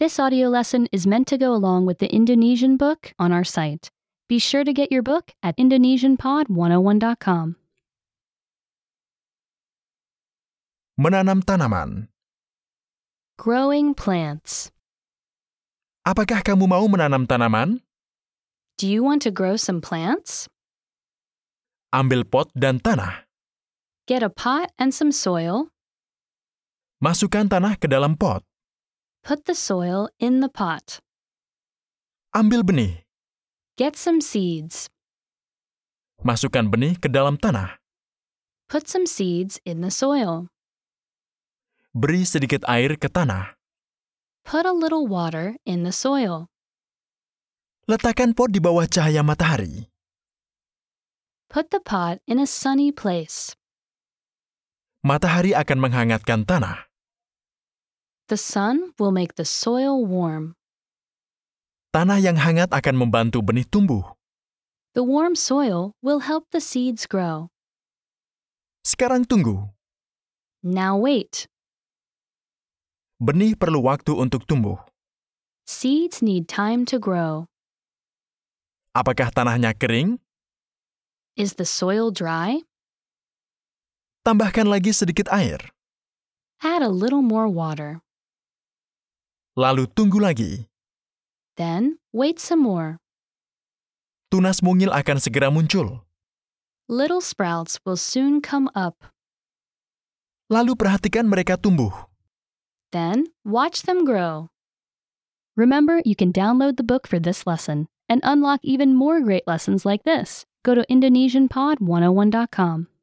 This audio lesson is meant to go along with the Indonesian book on our site. Be sure to get your book at indonesianpod101.com. Menanam tanaman. Growing plants. Apakah kamu mau menanam tanaman? Do you want to grow some plants? Ambil pot dan tanah. Get a pot and some soil. Masukkan tanah ke dalam pot. Put the soil in the pot. Ambil benih. Get some seeds. Masukkan benih ke dalam tanah. Put some seeds in the soil. Beri sedikit air ke tanah. Put a little water in the soil. Letakkan pot di bawah cahaya matahari. Put the pot in a sunny place. Matahari akan menghangatkan tanah. The sun will make the soil warm. Tanah yang hangat akan membantu benih tumbuh. The warm soil will help the seeds grow. Sekarang tunggu. Now wait. Benih perlu waktu untuk tumbuh. Seeds need time to grow. Apakah tanahnya kering? Is the soil dry? Tambahkan lagi sedikit air. Add a little more water. Lalu tunggu lagi. Then wait some more. Tunas mungil akan segera muncul. Little sprouts will soon come up. Lalu perhatikan mereka tumbuh. Then watch them grow. Remember, you can download the book for this lesson oh and unlock even more great lessons like this. Go to IndonesianPod101.com.